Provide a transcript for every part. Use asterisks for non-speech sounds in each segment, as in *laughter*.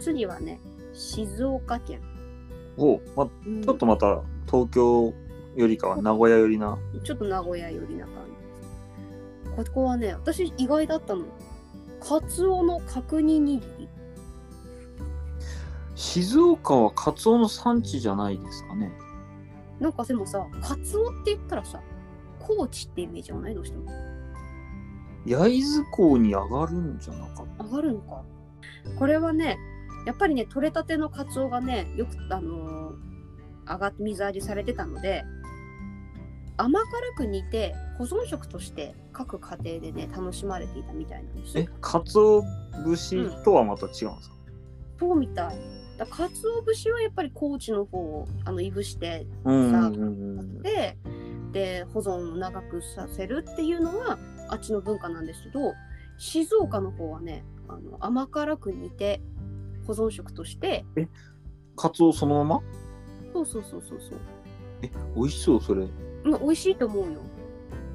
次はね、静岡県。おま、うんちょっとまた東京よりかは名古屋よりな。ちょっと名古屋寄りな感じです。ここはね、私意外だったの。カツオの角煮握り。静岡はカツオの産地じゃないですかね。なんかでもさ、カツオって言ったらさ、高知ってイメージはないどうしても。焼津港に上がるんじゃなかっ上がるのか。これはね、やっぱりね、取れたてのカツオがね、よく、あのー上がっ水揚げされてたので、甘辛く煮て、保存食として各家庭でね、楽しまれていたみたいなんですた。よえ、カツオ節とはまた違うんですか、そうみたい。だから鰹節はやっぱり高知の方をあのいぶしてうん、さあうんうんうん。でで保存を長くさせるっていうのはあっちの文化なんですけど静岡の方はねあの甘辛く煮て保存食としてカツオそのままそうそうそうそうそう、え、美味しそう、それ。まあ、美味しいと思うよ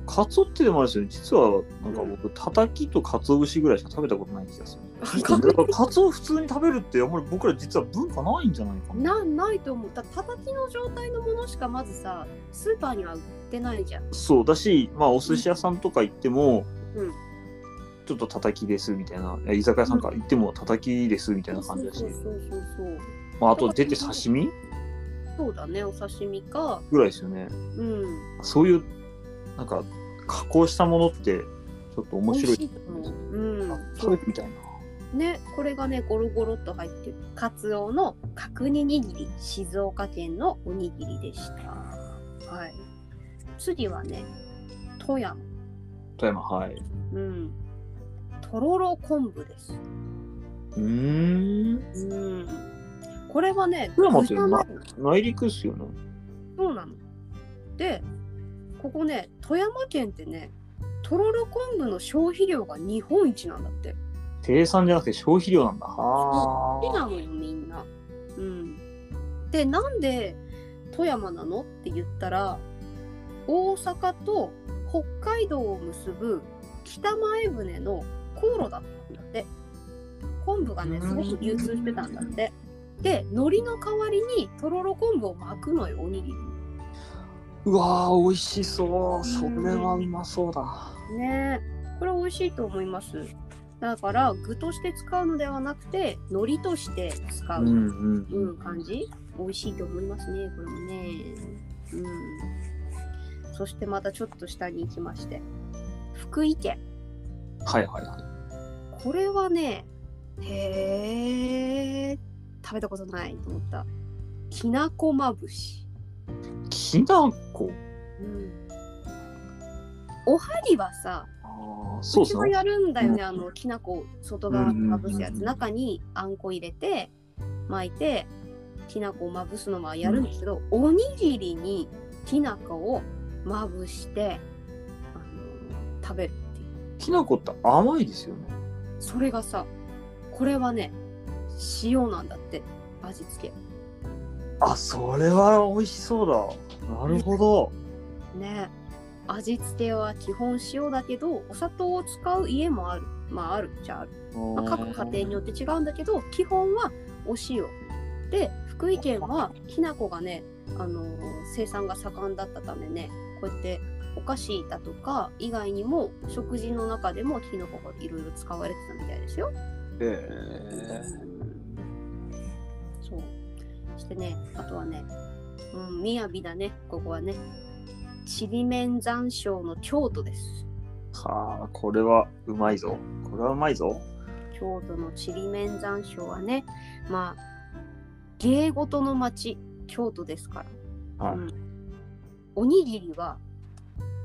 カツオってでもあれですよね、実はなんか僕、たたきとカツオ節ぐらいしか食べたことない気がする。だからカツオ普通に食べるってあんまり僕ら実は文化ないんじゃないかな。なないと思うたたきの状態のものしかまずさスーパーには売ってないじゃんそうだし、まあ、お寿司屋さんとか行っても、うんちょっとたたきですみたいな、いや居酒屋さんから行ってもたたきですみたいな感じだし、そうそうそうそうまあ、あと出て刺身そうだねお刺身かぐらいですよね。うんそういう、なんか、加工したものって、ちょっと面白い。美味しいと思う。うんあ。食べてみたいな。ね、これがね、ゴロゴロっと入ってる。カツオの角煮握り、静岡県のおにぎりでした。はい。次はね、富山。富山、はい。うん。とろろ昆布です。うーん。うん。これはね、富山って豚なの内陸っすよね。そうなの。で、ここね、富山県ってね、とろろ昆布の消費量が日本一なんだって。生産じゃなくて消費量なんだ。好きはあ。なのよみんな。うん、でなんで富山なのって言ったら大阪と北海道を結ぶ北前船の航路だったんだって昆布がねすごく流通してたんだってで海苔の代わりにとろろ昆布を巻くのよおにぎりにうわー、美味しそう。それはうまそうだ。ねえこれ美味しいと思いますだから具として使うのではなくて海苔として使う、うんううんん、感じ美味しいと思いますねこれもねうんそしてまたちょっと下に行きまして福井県はいはいはい。これはねへえ食べたことないと思ったきなこまぶし、きなこ。うん、おはぎはさああ、そううでちすもね。やるんだよね、うんあのきなこ外側まぶすやつ、うんうんうん中にあんこ入れて巻いてきなこをまぶすのはやるんですけど、おにぎりにきなこをまぶしてあの食べるっていうきなこって甘いですよね。それがさこれはね塩なんだって味付けあ、それは美味しそうだ。なるほど。ね味付けは基本塩だけどお砂糖を使う家もあるまああるっちゃあるまあ、各家庭によって違うんだけど基本はお塩で福井県はきな粉がね、あのー生産が盛んだったためねこうやってお菓子だとか以外にも食事の中でもきのこがいろいろ使われてたみたいですよ。えうんそうそしてねあとはね、うん、雅だねここはねちりめん山椒の京都です。はあ、これはうまいぞ。これはうまいぞ。京都のちりめん山椒はねまあ芸事の町京都ですからはい。うんおにぎりは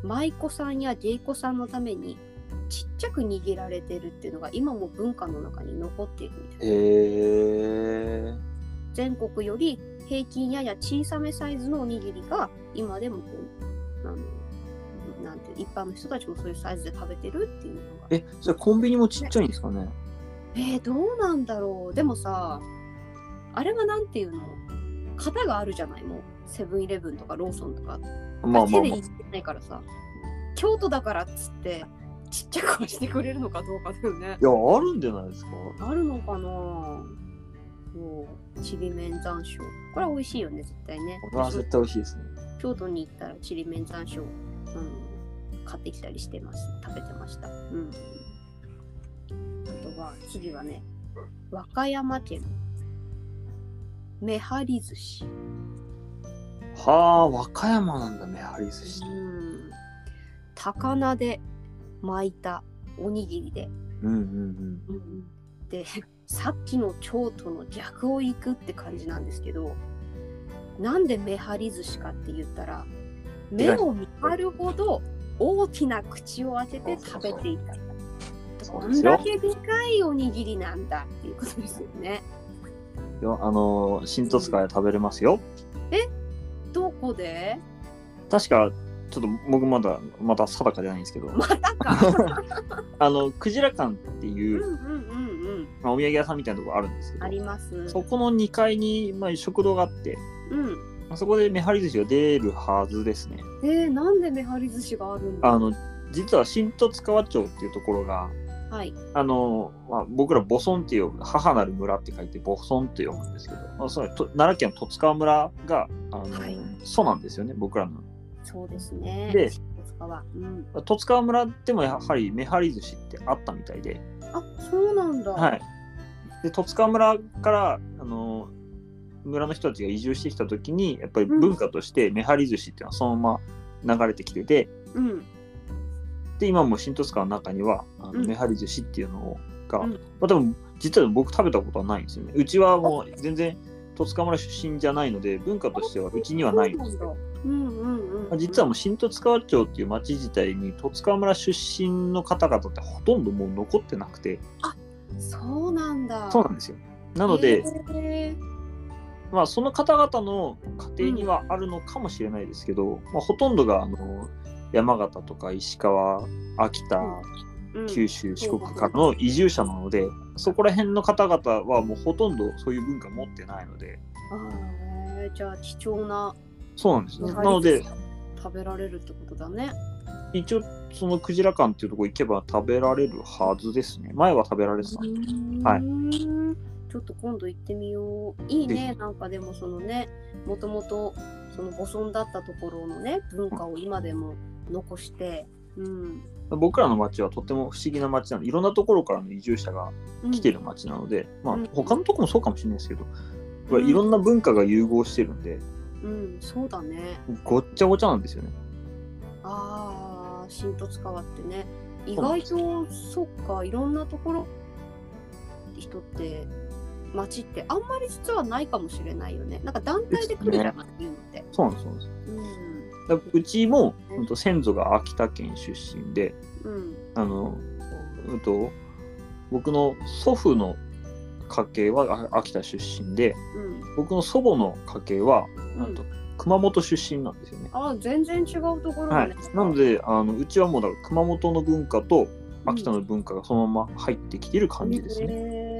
舞妓さんや芸妓さんのためにちっちゃく握られてるっていうのが今も文化の中に残っているみたいえー、全国より平均やや小さめサイズのおにぎりが今でもこうあのなんて一般の人たちもそういうサイズで食べてるっていうのがえ、じゃあコンビニもちっちゃいんですかね。えー、どうなんだろうでもさあれはなんていうの型があるじゃないもうセブンイレブンとかローソンとか、まあまあ、手でまいってないからさ京都だからっつってちっちゃくはしてくれるのかどうかだよねあ。いや、あるんじゃないですか。あるのかなそうちりめん山椒これは美味しいよね絶対ねこれは絶対美味しいですね。京都に行ったらちりめん山椒、うん、買ってきたりしてます食べてましたうんあとは次はね和歌山県めはり寿司はあ、和歌山なんだね、ハリ寿司う。ん高菜で巻いたおにぎりで、うんうんうん。でさっきの京都の逆を行くって感じなんですけどなんでめはり寿司かって言ったら目を見張るほど大きな口を開けて食べていたそどうでんすだよ。けでかいおにぎりなんだっていうことですよねよあのー、新十津川で食べれますよ。どこで確か、ちょっと僕まだ、また定かじゃないんです *laughs* けど、また *laughs* かあの、クジラ館ってうんいうう、んうんうんまあ、お土産屋さんみたいなところあるんですけありど、ますそこの2階に、まあ、食堂があって、うんまあそこでめはり寿司が出るはずですね。えー、なんでめはり寿司があるんだあの、実は新十津川町っていうところが、はいあのーまあ、僕らボソンって呼ぶ母なる村って書いてボソンって呼ぶんですけど、まあ、それと奈良県の十津川村があのー、はいそうなんですよね僕らのそうですね。で新十津川うん、十津川村でもやはりめはり寿司ってあったみたいで,、あそうなんだ。はい、で十津川村から、あのー村の人たちが移住してきた時にやっぱり文化としてめはり寿司っていうのはそのまま流れてきてて、うんで今も新十津川の中にはあうのんめはり寿司っていうのをが、うんまあ、多分実は僕食べたことはないんですよねうちはもう全然十津川村出身じゃないので文化としてはうちにはないんですそけうど、なんだうんうんうまあん。実はもう新十津川町っていう町自体に十津川村出身の方々ってほとんどもう残ってなくてそうなんだ。そうなんですよなので、へーまあ、その方々の家庭にはあるのかもしれないですけど、まあ、ほとんどがあの山形とか石川秋田、うんうん九州四国からの移住者なのでそこら辺の方々はもうほとんどそういう文化持ってないのであーじゃあ貴重なそうなんですよ、めなはり寿司ので食べられるってことだね。一応そのクジラ館っていうとこ行けば食べられるはずですね前は食べられてたんではいい。ちょっと今度行ってみよう。いいぜね。なんかでもそのね、もともとその母村だったところのね、文化を今でも残して、うん。僕らの町はとても不思議な町なのでいろんなところからの移住者がうん来てる町なので、まあうん他のとこもそうかもしれないですけど、うんいろんな文化が融合してるんでうん、そうだね。ごっちゃごちゃなんですよねああ、新十津川ってね。意外と、そっか、いろんなところ、人って、町って、あんまり実はないかもしれないよね。なんか団体で来るじゃない、いうのって。そうなんですそうなんですだからうちも、うん、と先祖が秋田県出身でうん。うん。あの、うんと、僕の祖父の家系はあ秋田出身で、うん。僕の祖母の家系は、んなんと、熊本出身なんですよね。ああ、全然違うところだはいね。。なので、あのうちはもうだから熊本の文化と秋田の文化がそのまま入ってきてる感じですね。へー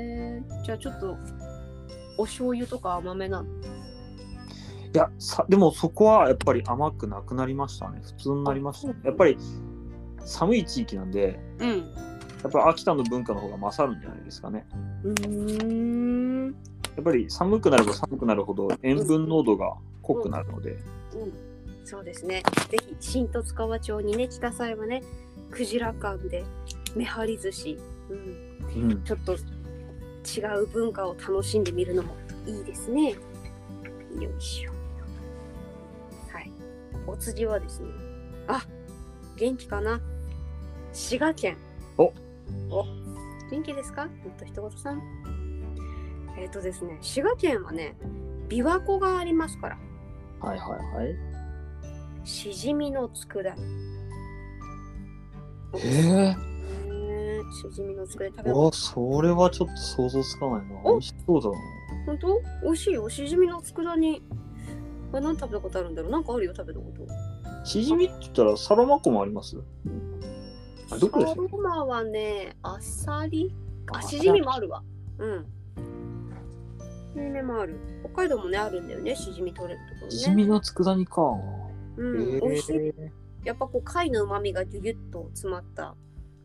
じゃあちょっと、お醤油とか甘めなの。いやさ、でもそこはやっぱり甘くなくなりましたね。普通になりましたね。やっぱり寒い地域なんで、うん。やっぱり秋田の文化の方が勝るんじゃないですかね。うーん。やっぱり寒くなれば寒くなるほど塩分濃度が濃くなるので、うん、そうですね。ぜひ新十津川町にね来た際はね、クジラ館でめはり寿司、うん、うん、ちょっと違う文化を楽しんでみるのもいいですね。よいしょ。はい。お次はですね。あ、元気かな。滋賀県。おお。元気ですか？ほんと一言さん。えっ、とですね、滋賀県はね、琵琶湖がありますから。はいはいはい。しじみの佃煮。えねえしじみの佃煮食えべる。わそれはちょっと想像つかないな。お美味しそうだな。本当美味しいよ。しじみの佃煮。これ何食べたことあるんだろうなんかあるよ、食べたこと。しじみって言ったらサロマ湖もありますあどこでしサたロマはね、あさりあ、しじみもあるわ。うん。しじみもある。北海道もね、あるんだよね、しじみ取れるところね。しじみの佃煮か。うん、美味しい。えやっぱこう貝の旨味がギュギュッと詰まった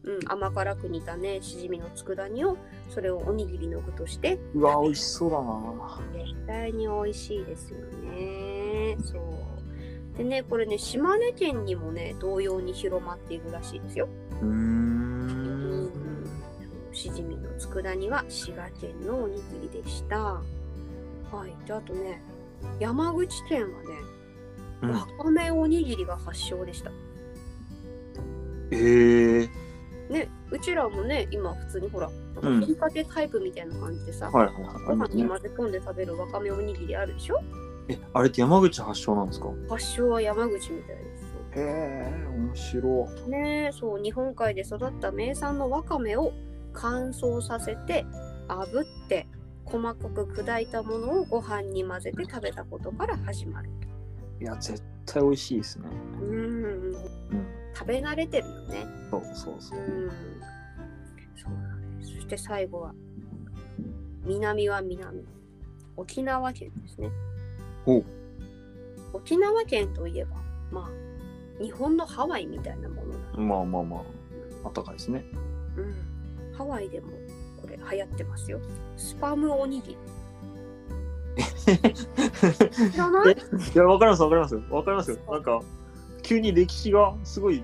うん、甘辛く煮たねしじみの佃煮をそれをおにぎりの具としてうわ、美味しそうだな。絶対に美味しいですよねそうでねこれね島根県にもね同様に広まっているらしいですようーん。しじみの佃煮は滋賀県のおにぎりでしたはいであとね山口県はねうんわかめおにぎりが発祥でしたええねうちらもね今普通にほらうなんんかふりかけタイプみたいな感じでさ、はいはいはい。あごりま飯すにね。混ぜ込んで食べるわかめおにぎりあるでしょえ、あれって山口発祥なんですか発祥は山口みたいですよへえ、面白ねえそう日本海で育った名産のわかめを乾燥させて炙って細かく砕いたものをご飯に混ぜて食べたことから始まるい。いや、絶対美味しいですね。うんうん。食べ慣れてるよねそうそうそうう。んそうなんですそして最後は南は南沖縄県ですねほう沖縄県といえばまあ日本のハワイみたいなものなまあまあまあ、あったかいですね。うん、ハワイでもこれ流行ってますよ。スパムおにぎり。知らないいや、わかりますわかりますわかりますよ。なんか、急に歴史がすごい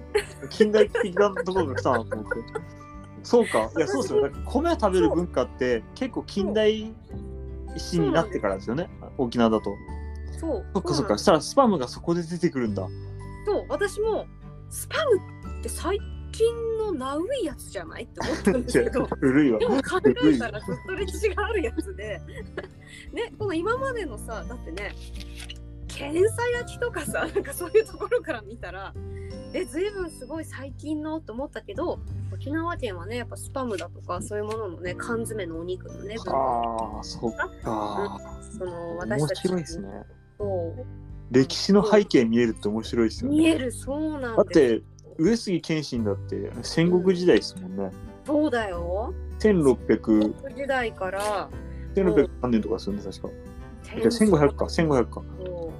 近代的なところが来たなと思って。そうか、いや、そうですよ。なんか米食べる文化って結構近代史になってからですよね、沖縄だと。そう。そっかそっうなか、んそしたらスパムがそこで出てくるんだ。そう、私もスパムって最近のナウいやつじゃないって思ったんですけど。古いわで。も考えたらずっと歴史があるやつで、 *laughs* ね、この今までのさだってね剣さ焼きとかさ *laughs* なんかそういうところから見たらえ随分すごい最近のと思ったけど沖縄県はねやっぱスパムだとかそういうもののね缶詰のお肉のね文化ああ、そっか。その私面たち白いですね。と歴史の背景見えるって面白いですよ見ね。えるそうなんだっですて、上杉謙信だって戦国時代ですもんね。そうだよ1600、時代から1600何年とかですよね、確か。いや1500か、1500か。そ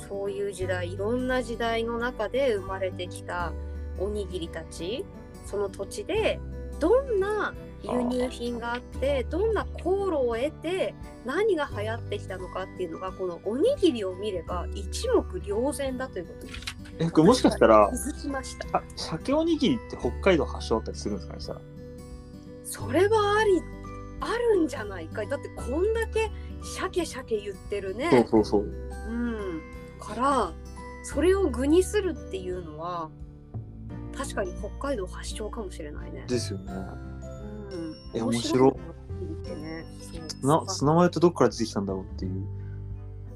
うそういう時代いろんな時代の中で生まれてきたおにぎりたちその土地でどんな輸入品があってどんな航路を得て何が流行ってきたのかっていうのがこのおにぎりを見れば一目瞭然だということにえ、これもしかしたら気、づきましたあ鮭おにぎりって北海道発祥だったりするんですかね、したら。それはありあるんじゃないかいだってこんだけシャケシャケ言ってるねそうそうそう。うん、からそれを具にするっていうのは確かに北海道発祥かもしれないね。ですよね。うん、いや面白い面白いねそうな、砂前ってどっから出てきたんだろうっていう。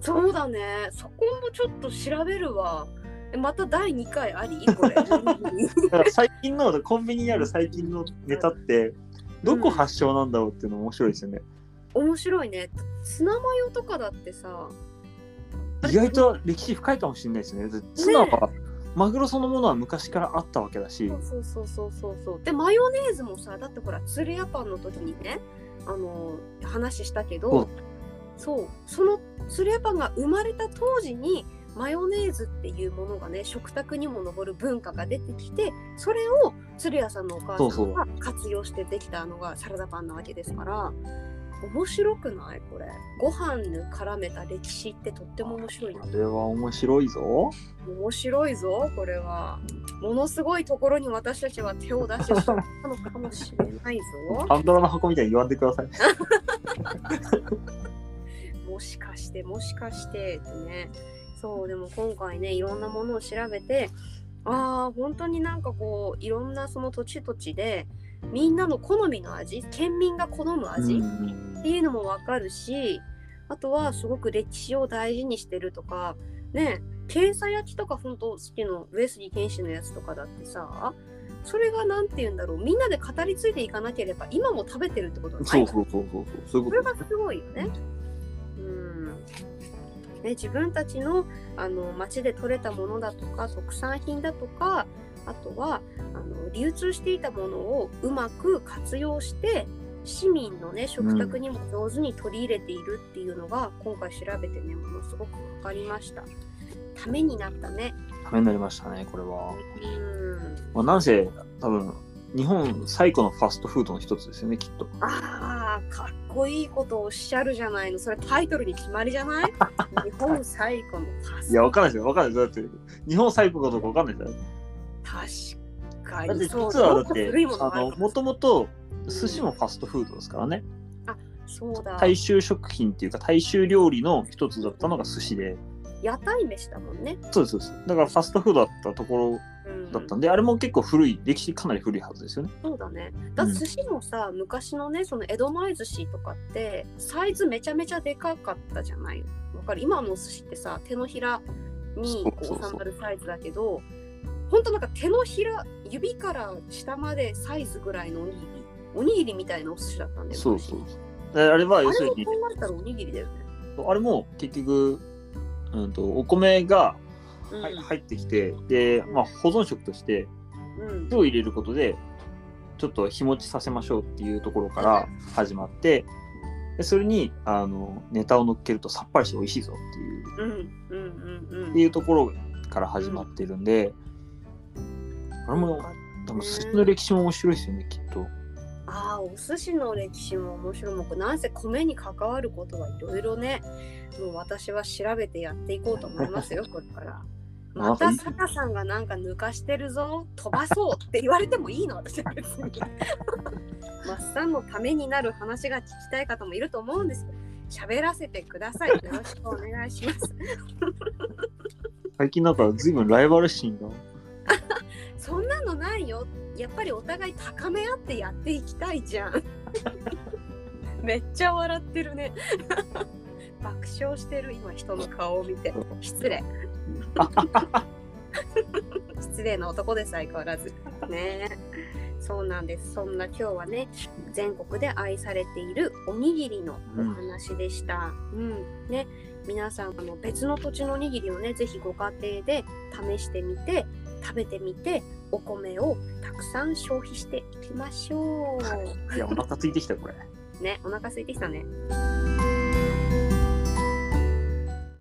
そうだねそこもちょっと調べるわ。えまた第2回ありこれ。 *laughs* だから最近の、コンビニにある最近のネタって、どこ発祥なんだろうっていうの面白いですよね。面白いね。ツナマヨとかだってさ意外と歴史深いかもしれないですね。だってツナは、マグロそのものは昔からあったわけだしそ、うそうそうそうそうそうでマヨネーズもさだってほらつるやパンの時にねあの話したけど、うんそうそのつるやパンが生まれた当時にマヨネーズっていうものがね食卓にも上る文化が出てきてそれを鶴屋さんのお母そさうんが活用してできたのがサラダパンなわけですから面白くないこれご飯に絡めた歴史ってとっても面白いなあれは面白いぞ。面白いぞこれはものすごいところに私たちは手を出してしまったのかもしれない *laughs* ぞパンドラの箱みたいに言わんでください。もしかしてもしかしてってねそうでも今回ねいろんなものを調べてああ本当になんかこういろんなその土地土地でみんなの好みの味県民が好む味、うんっていうのもわかるしあとはすごく歴史を大事にしてるとかね検査焼きとか本当好きの上杉謙信のやつとかだってさそれが何て言うんだろうみんなで語り継いでいかなければ今も食べてるってことはなそいうそうそうそうそう。そういそうこれとがすごいよね。うんね、自分たちのあの町で採れたものだとか特産品だとかあとはあの流通していたものをうまく活用して市民の、ね、食卓にも上手に取り入れているっていうのが、今回調べてねものすごく分かりました。ためになったね。ためになりましたね、これは。うんまあ、なんせ、多分、日本最古のファストフードの一つですよねきっとあーかっこいいことをおっしゃるじゃないのそれタイトルに決まりじゃない日本最古のパスいやわかんないですよわかんないですよだって日本最古かどうかわかんないですよ確かだってにそう実はだって古いものがああるのもともと寿司もファストフードですからねそうだ大衆食品っていうか大衆料理の一つだったのが寿司で屋台飯だもんね、そうですそうですだからファストフードだったところうん、だったんで、あれも結構古い歴史かなり古いはずですよねそうだね。だって寿司もさ、昔のね、その江戸前寿司とかって、サイズめちゃめちゃでかかったじゃないわかる今のお寿司ってさ、手のひらにこそうそううそう収まるサイズだけど、ほんとなんか手のひら、指から下までサイズぐらいのおにぎり、おにぎりみたいなお寿司だったんだよね。そうそうそうあれは要あすれるもに考えたらおにぎりだよね。あれも結局、うん、とお米がうんはい入ってきて、で、まあ、保存食としてうん手を入れることでちょっと日持ちさせましょうっていうところから始まってでそれにあのネタを乗っけるとさっぱりして美味しいぞっていううんうんうんっうん。ていうところから始まってるんで、あれも多分寿司の歴史も面白いですよねきっと。ああお寿司の歴史も面白いもんこれなんせ米に関わることはいろいろねもう私は調べてやっていこうと思いますよこれから。またなんかサタさんがなんか抜かしてるぞ飛ばそうって言われてもいいの私は別に。マッサンのためになる話が聞きたい方もいると思うんですけど喋らせてくださいよろしくお願いします。最近なんか随分ライバル心がそんなのないよやっぱりお互い高め合ってやっていきたいじゃん *laughs* めっちゃ笑ってるね *laughs* 爆笑してる今人の顔を見て失礼 *laughs* 失礼な男です相変わらずねえそうなんですそんな今日はね全国で愛されているおにぎりのお話でした、うんね皆さんあの別の土地のおにぎりをねぜひご家庭で試してみて食べてみてお米をたくさん消費していきましょう。いやお腹ついてきたこれ。ね、お腹空いてきたね。